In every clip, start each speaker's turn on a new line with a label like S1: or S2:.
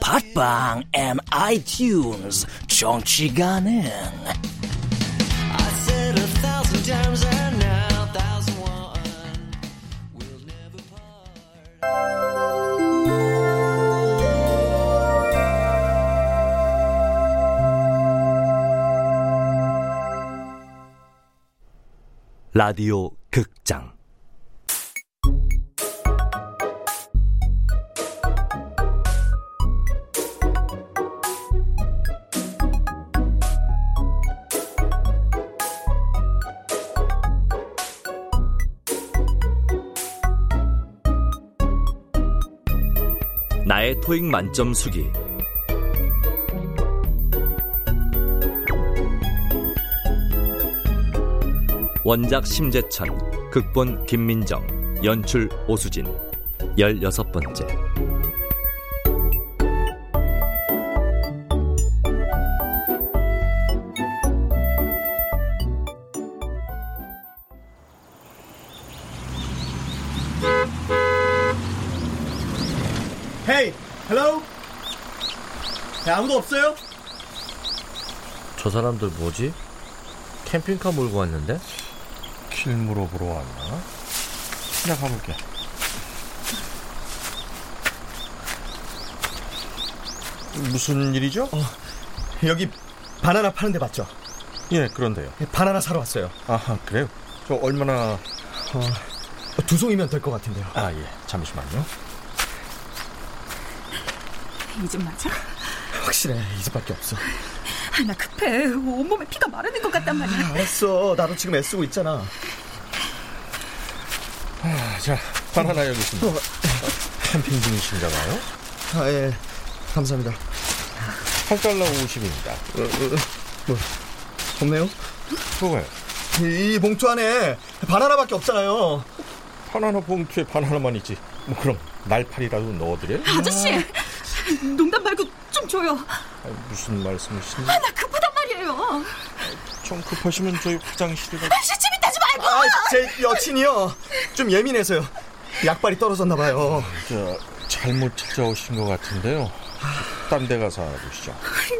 S1: 팟빵 and iTunes 정치 가능.
S2: 라디오 극장 나의 토익 만점 수기 원작 심재천, 극본 김민정, 연출 오수진. 열여섯 번째.
S3: 헤이, 헬로? 네, 아무도 없어요?
S4: 저 사람들 뭐지? 캠핑카 몰고 왔는데?
S5: 킬 물어보러 왔나? 그냥 가볼게. 무슨 일이죠?
S3: 어, 여기 바나나 파는 데 맞죠?
S5: 예, 그런데요.
S3: 예, 바나나 사러 왔어요.
S5: 아하, 그래요? 저 얼마나...
S3: 어, 두 송이면 될 것 같은데요.
S5: 아, 예, 잠시만요.
S6: 이 집 맞아?
S3: 확실해, 이 집밖에 없어.
S6: 아, 나 급해. 온몸에 피가 마르는 것 같단 말이야.
S3: 알았어, 나도 지금 애쓰고 있잖아.
S5: 아, 자, 바나나 여기 있습니다. 캠핑 중이신가 봐요?
S3: 어. 아, 예, 감사합니다. 어,
S5: 8달러 50입니다.
S3: 없네요?
S5: 뭐가요?
S3: 뭐, 이, 이 봉투 안에 바나나밖에 없잖아요.
S5: 바나나 봉투에 바나나만 있지. 뭐 그럼 날팔이라도 넣어드려요?
S6: 아저씨! 농담 말고 좀 줘요.
S5: 아, 무슨 말씀이신지.
S6: 아, 나 급하단 말이에요.
S5: 좀 급하시면 저희 화장실에 가...
S6: 아, 시침이 따지 말고!
S3: 아, 제 여친이요. 좀 예민해서요. 약발이 떨어졌나 봐요.
S5: 저, 잘못 찾아오신 것 같은데요.
S6: 아.
S5: 딴 데 가서 알아보시죠.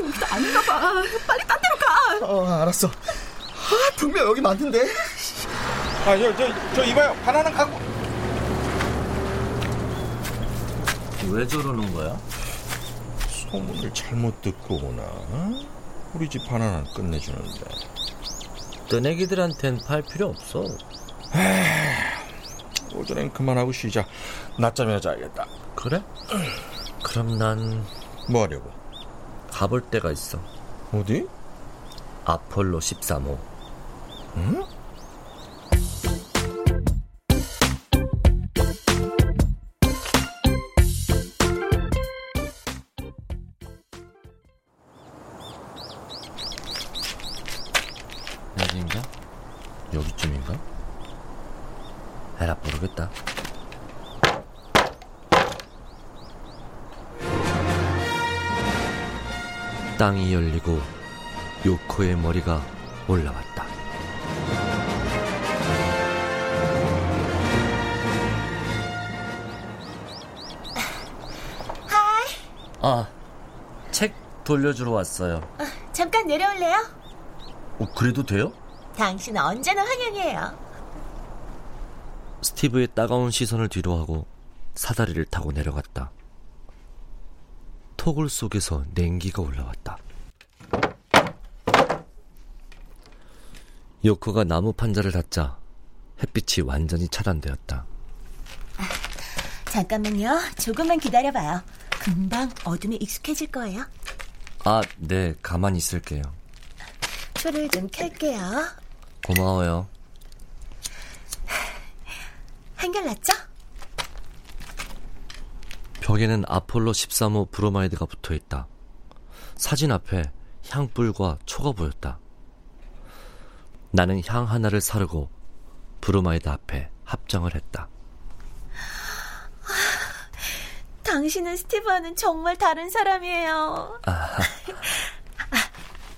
S6: 이거 아닌가 봐. 빨리 딴 데로 가.
S3: 어, 알았어. 아, 분명 여기 맞는데?
S5: 아, 저, 저, 저 이봐요. 바나나 갖고.
S4: 왜 저러는 거야?
S5: 소문을 잘못 듣고 오나? 우리 집 바나나 끝내주는데.
S4: 떠내기들한텐 팔 필요 없어.
S5: 오전엔 그만하고 쉬자. 낮잠이나 자야겠다.
S4: 그래? 그럼 난
S5: 뭐 하려고?
S4: 가볼 데가 있어.
S5: 어디?
S4: 아폴로 13호. 여기인가? 여기쯤인가? 에라 모르겠다. 땅이 열리고 요코의 머리가 올라왔다. 아, 책 돌려주러 왔어요.
S7: 잠깐 내려올래요?
S4: 어, 그래도 돼요?
S7: 당신 언제나 환영이에요.
S4: 스티브의 따가운 시선을 뒤로하고 사다리를 타고 내려갔다. 토굴 속에서 냉기가 올라왔다. 요코가 나무 판자를 닫자 햇빛이 완전히 차단되었다.
S7: 잠깐만요. 조금만 기다려봐요. 금방 어둠에 익숙해질 거예요.
S4: 아, 네, 가만히 있을게요.
S7: 초를 좀 켤게요.
S4: 고마워요.
S7: 한결났죠?
S4: 벽에는 아폴로 13호 브로마이드가 붙어 있다. 사진 앞에 향불과 초가 보였다. 나는 향 하나를 사르고 브로마이드 앞에 합장을 했다.
S7: 당신은 스티브와는 정말 다른 사람이에요.
S4: 아,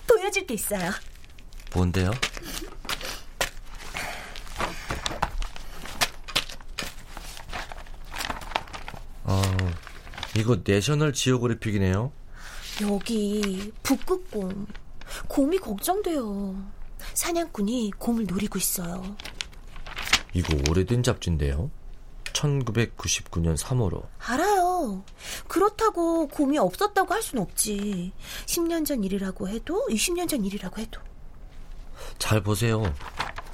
S7: 보여줄 게 있어요.
S4: 뭔데요? 어, 이거 내셔널 지오그래픽이네요.
S7: 여기 북극곰. 곰이 걱정돼요. 사냥꾼이 곰을 노리고 있어요.
S4: 이거 오래된 잡지인데요. 1999년 3월호.
S7: 알아요. 그렇다고 곰이 없었다고 할 순 없지. 10년 전 일이라고 해도 20년 전 일이라고 해도.
S4: 잘 보세요.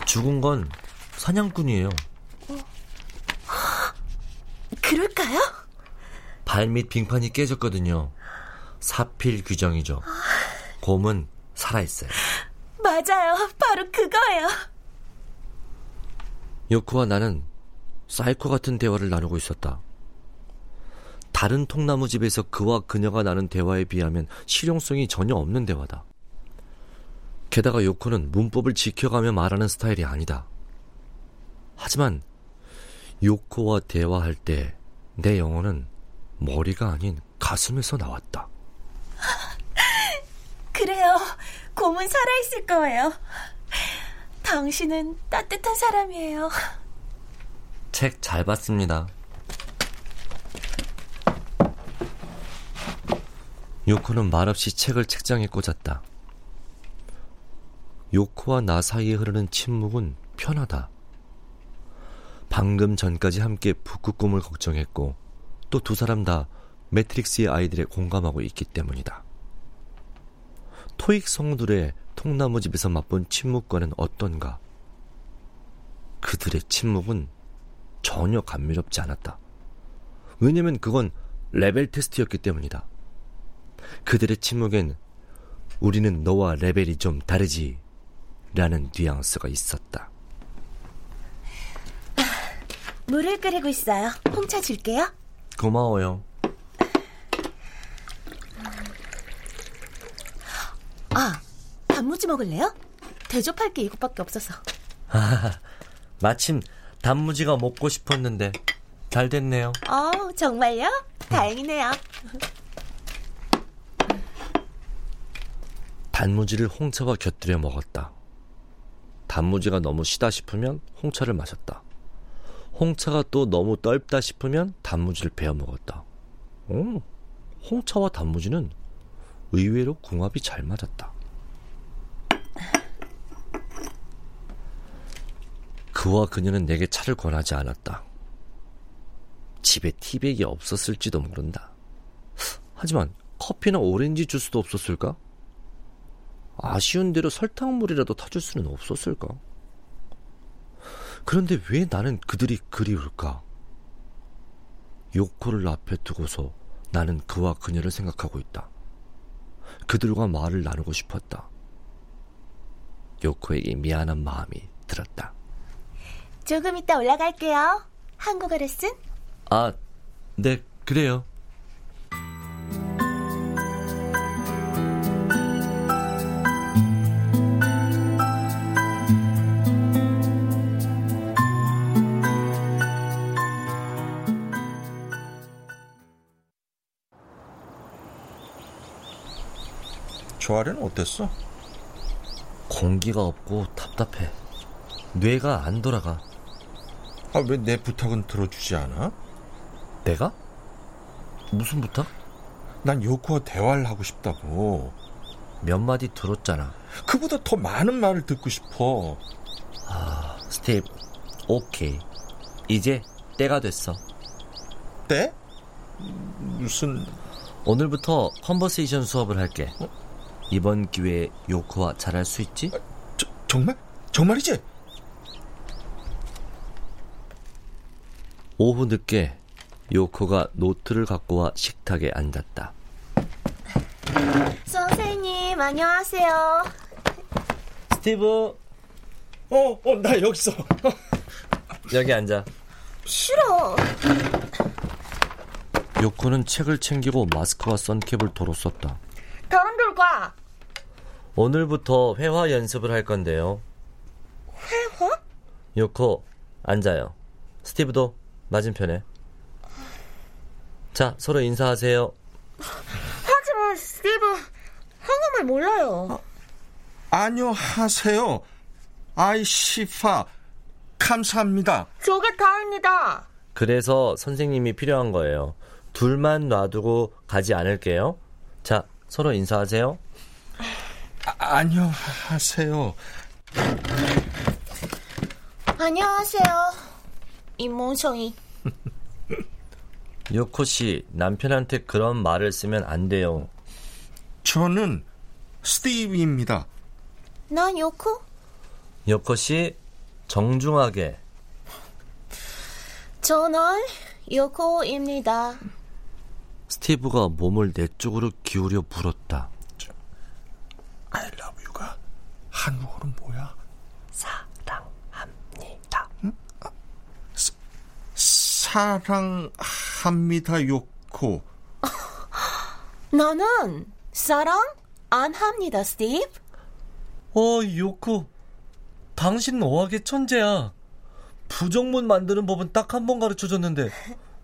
S4: 죽은 건 사냥꾼이에요.
S7: 그럴까요?
S4: 발밑 빙판이 깨졌거든요. 사필 규정이죠. 곰은 살아있어요.
S7: 맞아요. 바로 그거예요.
S4: 요코와 나는 사이코 같은 대화를 나누고 있었다. 다른 통나무 집에서 그와 그녀가 나눈 대화에 비하면 실용성이 전혀 없는 대화다. 게다가 요코는 문법을 지켜가며 말하는 스타일이 아니다. 하지만 요코와 대화할 때 내 영혼은 머리가 아닌 가슴에서 나왔다.
S7: 그래요. 곰은 살아있을 거예요. 당신은 따뜻한 사람이에요.
S4: 책 잘 봤습니다. 요코는 말없이 책을 책장에 꽂았다. 요코와 나 사이에 흐르는 침묵은 편하다. 방금 전까지 함께 북극곰을 걱정했고 또 두 사람 다 매트릭스의 아이들에 공감하고 있기 때문이다. 토익 성들의 통나무 집에서 맛본 침묵과는 어떤가? 그들의 침묵은 전혀 감미롭지 않았다. 왜냐면 그건 레벨 테스트였기 때문이다. 그들의 침묵엔 우리는 너와 레벨이 좀 다르지 라는 뉘앙스가 있었다.
S7: 물을 끓이고 있어요. 홍차 줄게요.
S4: 고마워요.
S7: 아, 단무지 먹을래요? 대접할 게 이것밖에 없어서.
S4: 마침 단무지가 먹고 싶었는데 잘 됐네요.
S7: 어, 정말요? 다행이네요.
S4: 단무지를 홍차와 곁들여 먹었다. 단무지가 너무 시다 싶으면 홍차를 마셨다. 홍차가 또 너무 떫다 싶으면 단무지를 베어 먹었다. 오, 홍차와 단무지는 의외로 궁합이 잘 맞았다. 그와 그녀는 내게 차를 권하지 않았다. 집에 티백이 없었을지도 모른다. 하지만 커피나 오렌지 주스도 없었을까? 아쉬운 대로 설탕물이라도 타줄 수는 없었을까? 그런데 왜 나는 그들이 그리울까? 요코를 앞에 두고서 나는 그와 그녀를 생각하고 있다. 그들과 말을 나누고 싶었다. 요코에게 미안한 마음이 들었다.
S7: 조금 이따 올라갈게요. 한국어를 쓴
S4: 아, 네, 그래요.
S5: 조아리는 어땠어?
S4: 공기가 없고 답답해. 뇌가 안 돌아가.
S5: 아, 왜 내 부탁은 들어주지 않아?
S4: 내가? 무슨 부탁?
S5: 난 요코와 대화를 하고 싶다고.
S4: 몇 마디 들었잖아.
S5: 그보다 더 많은 말을 듣고 싶어.
S4: 아, 스티브, 오케이. 이제 때가 됐어.
S5: 때? 무슨 어?
S4: 오늘부터 컨버세이션 수업을 할게. 이번 기회에 요코와 잘할 수 있지?
S5: 저, 정말? 정말이지?
S4: 오후 늦게 요코가 노트를 갖고 와 식탁에 앉았다.
S7: 선생님, 안녕하세요.
S4: 스티브
S8: 어, 어, 나 여기 있어.
S4: 여기 앉아.
S7: 싫어.
S4: 요코는 책을 챙기고 마스크와 선캡을 도로 썼다.
S7: 다른 데 가.
S4: 오늘부터 회화 연습을 할 건데요.
S7: 회화?
S4: 요코 앉아요. 스티브도 맞은편에. 자, 서로 인사하세요.
S7: 하지만 스티브 한국말 몰라요.
S5: 안녕하세요. 아이시파 감사합니다.
S7: 저게 다입니다.
S4: 그래서 선생님이 필요한 거예요. 둘만 놔두고 가지 않을게요. 자, 서로 인사하세요.
S5: 아, 안녕하세요.
S7: 안녕하세요. 임몽성이.
S4: 요코 씨, 남편한테 그런 말을 쓰면 안 돼요.
S5: 저는 스티브입니다.
S7: 난 요코.
S4: 요코 씨, 정중하게.
S7: 저는 요코입니다.
S4: 스티브가 몸을 내 쪽으로 기울여 물었다.
S5: I love you가 한국어로 뭐야? 사랑합니다. 사랑합니다, 요코.
S7: 나는 사랑 안 합니다, 스티브.
S9: 어, 요코. 당신 어학의 천재야. 부정문 만드는 법은 딱 한 번 가르쳐 줬는데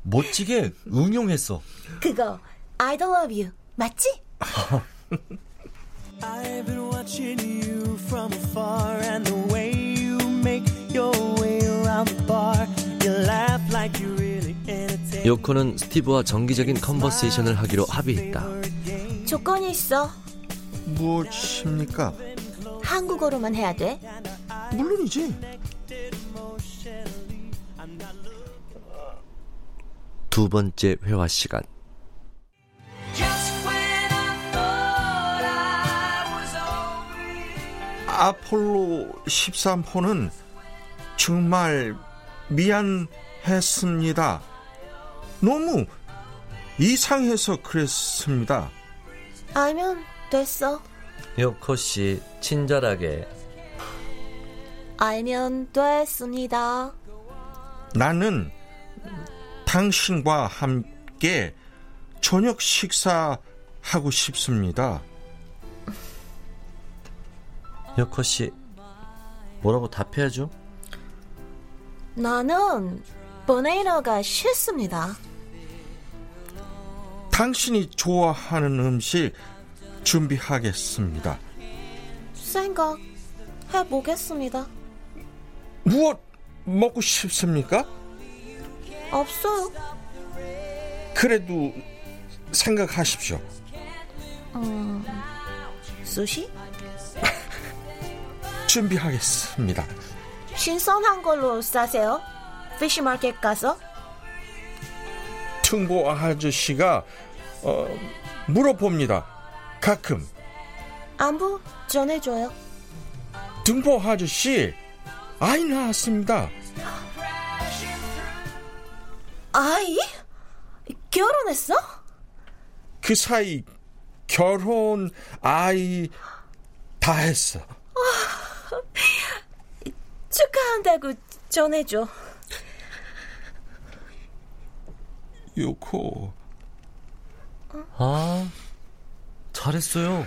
S9: 멋지게 응용했어.
S7: 그거 I love you 맞지?
S8: I've been watching you from afar and the way you make your way around the bar. You laugh like you really entertain.
S4: 요코는 네. 스티브와 정기적인 컨버세이션을 하기로 합의했다.
S7: 조건이 있어.
S5: 무엇입니까?
S7: 한국어로만 해야 돼.
S5: 물론이지.
S4: 두 번째 회화 시간.
S5: 아폴로 13호는 정말 미안했습니다. 너무 이상해서 그랬습니다.
S7: 알면 됐어.
S4: 요코 씨, 친절하게.
S7: 알면 됐습니다.
S5: 나는 당신과 함께 저녁 식사 하고 싶습니다.
S4: 요코 씨, 뭐라고 답해야죠?
S7: 나는 보네이러가 싫습니다.
S5: 당신이 좋아하는 음식 준비하겠습니다.
S7: 생각 해보겠습니다.
S5: 무엇 먹고 싶습니까?
S7: 없어요.
S5: 그래도 생각하십시오.
S7: 음, 수시?
S5: 준비하겠습니다.
S7: 신선한 걸로 사세요. 피시마켓 가서.
S5: 충보 아저씨가 어, 물어봅니다. 가끔
S7: 안부 전해줘요.
S5: 등포 아저씨 아이 낳았습니다.
S7: 아이? 결혼했어?
S5: 그 사이 결혼 아이 다 했어.
S7: 축하한다고 전해줘.
S5: 요코
S4: 아, 잘했어요.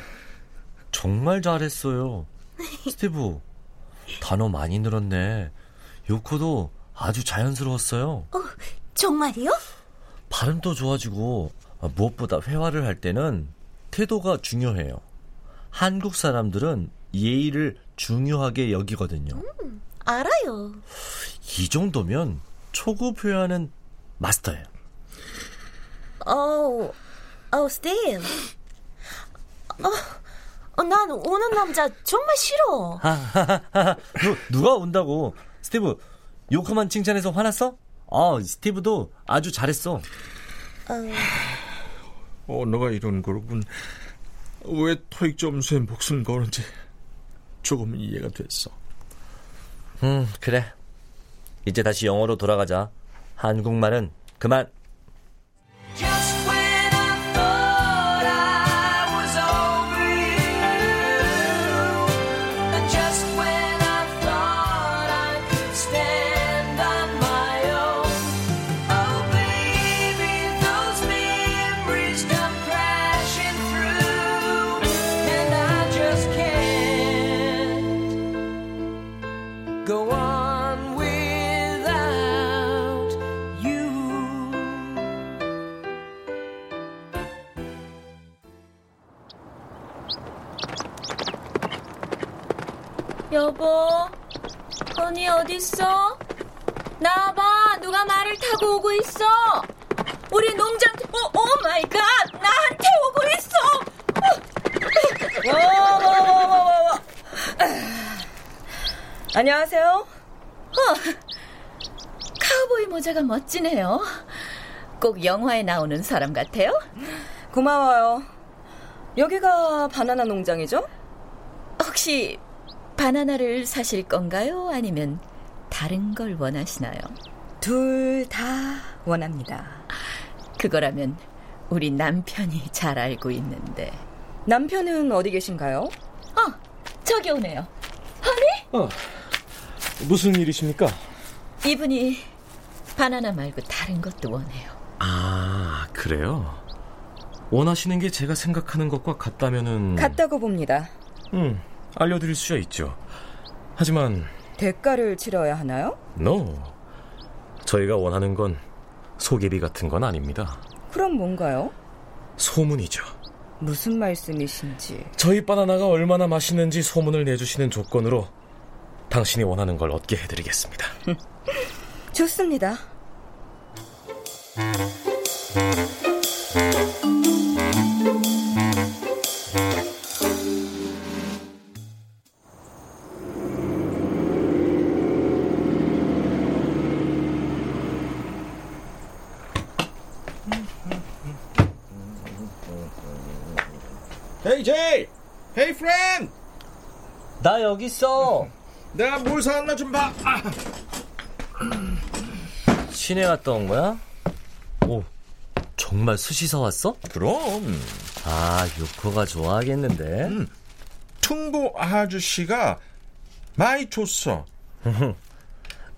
S4: 정말 잘했어요. 스티브, 단어 많이 늘었네. 요코도 아주 자연스러웠어요.
S7: 정말이요?
S4: 발음도 좋아지고, 아, 무엇보다 회화를 할 때는 태도가 중요해요. 한국 사람들은 예의를 중요하게 여기거든요.
S7: 알아요.
S4: 이 정도면 초급 회화는 마스터예요.
S7: 어우, 어우, 스티브. 어, 어, 난 우는 남자 정말 싫어.
S4: 하하하하. 누, 누가 온다고? 스티브, 요코만 칭찬해서 화났어? 아, 스티브도 아주 잘했어.
S5: 언어가 이런 거로군. 왜 토익 점수에 목숨 거는지 조금은 이해가 됐어.
S4: 음, 그래. 이제 다시 영어로 돌아가자. 한국말은 그만.
S7: Oh,
S10: Go on without you.
S7: 여보, 건이 어딨어? 나와봐, 누가 말을 타고 오고 있어. 우리 농장, 어, 오, 오 마이 갓, 나한테 오고 있어. 어.
S11: 와, 와, 와, 와, 와, 와. 안녕하세요.
S7: 어, 카우보이 모자가 멋지네요. 꼭 영화에 나오는 사람 같아요.
S11: 고마워요. 여기가 바나나 농장이죠?
S7: 혹시 바나나를 사실 건가요? 아니면 다른 걸 원하시나요?
S11: 둘 다 원합니다.
S7: 그거라면 우리 남편이 잘 알고 있는데.
S11: 남편은 어디 계신가요?
S7: 아, 저기 오네요. 허니?
S12: 어, 무슨 일이십니까?
S7: 이분이 바나나 말고 다른 것도 원해요.
S13: 아, 그래요? 원하시는 게 제가 생각하는 것과 같다면은
S11: 같다고 봅니다.
S12: 음, 알려드릴 수야 있죠. 하지만
S11: 대가를 치러야 하나요?
S12: no. 저희가 원하는 건 소개비 같은 건 아닙니다.
S11: 그럼 뭔가요?
S12: 소문이죠.
S11: 무슨 말씀이신지.
S12: 저희 바나나가 얼마나 맛있는지 소문을 내주시는 조건으로 당신이 원하는 걸 얻게 해드리겠습니다.
S11: 좋습니다.
S14: Hey, Jay! Hey, friend!
S15: 나 여기 있어.
S14: 내가 뭘 사왔나 좀 봐. 아,
S4: 시내 갔다 온 거야? 오, 정말 수시 사왔어?
S5: 그럼.
S4: 아, 요코가 좋아하겠는데.
S5: 퉁보 아저씨가 많이 줬어.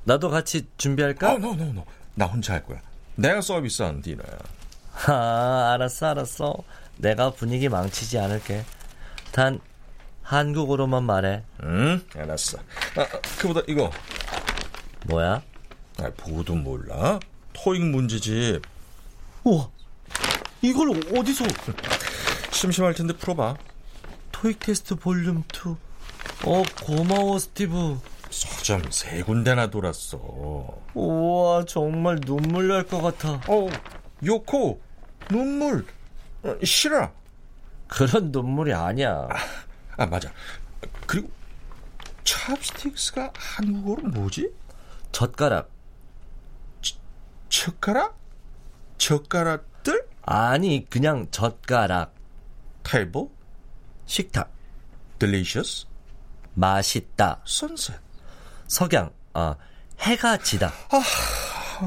S4: 나도 같이 준비할까?
S5: 어, no, no, no. 나 혼자 할 거야. 내가 서비스하는 디너야.
S4: 아, 알았어, 알았어. 내가 분위기 망치지 않을게. 단, 한국어로만 말해.
S5: 응? 알았어. 아, 아, 그보다 이거.
S4: 뭐야?
S5: 아, 보도 몰라? 토익 문제집.
S4: 우와, 이걸 어디서?
S5: 심심할 텐데 풀어봐.
S4: 토익 테스트 볼륨 2. 어, 고마워, 스티브.
S5: 서점 세 군데나 돌았어.
S4: 우와, 정말 눈물 날 것 같아.
S5: 어, 요코, 눈물. 어, 싫어.
S4: 그런 눈물이 아니야.
S5: 아, 맞아. 그리고 찹스틱스가 한국어로 뭐지?
S4: 젓가락.
S5: 젓가락? 젓가락들?
S4: 아니, 그냥 젓가락.
S5: 탈보?
S4: 식탁.
S5: delicious?
S4: 맛있다.
S5: sunset.
S4: 석양. 아, 해가 지다.
S5: 아,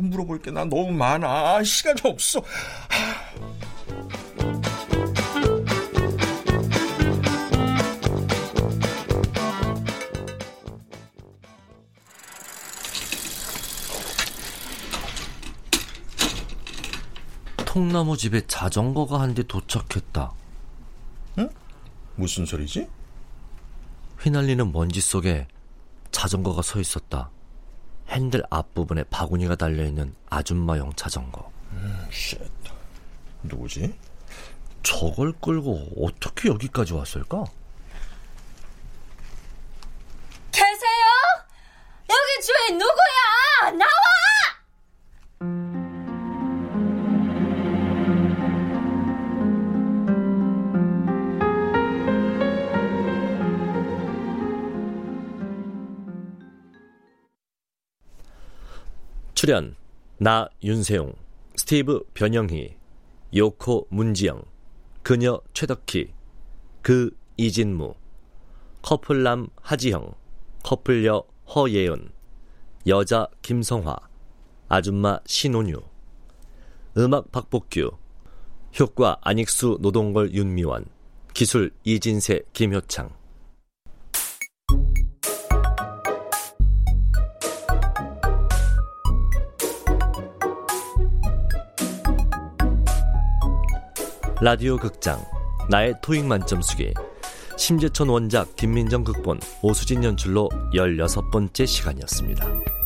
S5: 물어볼 게 나 너무 많아. 아, 시간이 없어.
S13: 통나무 집에 자전거가 한 대 도착했다.
S5: 응? 무슨 소리지?
S13: 휘날리는 먼지 속에 자전거가 서 있었다. 핸들 앞부분에 바구니가 달려있는 아줌마용 자전거.
S5: 음, 쉣. 누구지?
S13: 저걸 끌고 어떻게 여기까지 왔을까?
S7: 계세요? 여기 주인 누구야? 나와!
S4: 출연 나 윤세용, 스티브 변영희, 요코 문지영, 그녀 최덕희, 그 이진무, 커플남 하지형, 커플녀 허예은, 여자 김성화, 아줌마 신온유, 음악 박복규, 효과 안익수 노동걸 윤미원, 기술 이진세 김효창. 라디오 극장 나의 토익 만점 수기 심재천 원작 김민정 극본 오수진 연출로 16번째 시간이었습니다.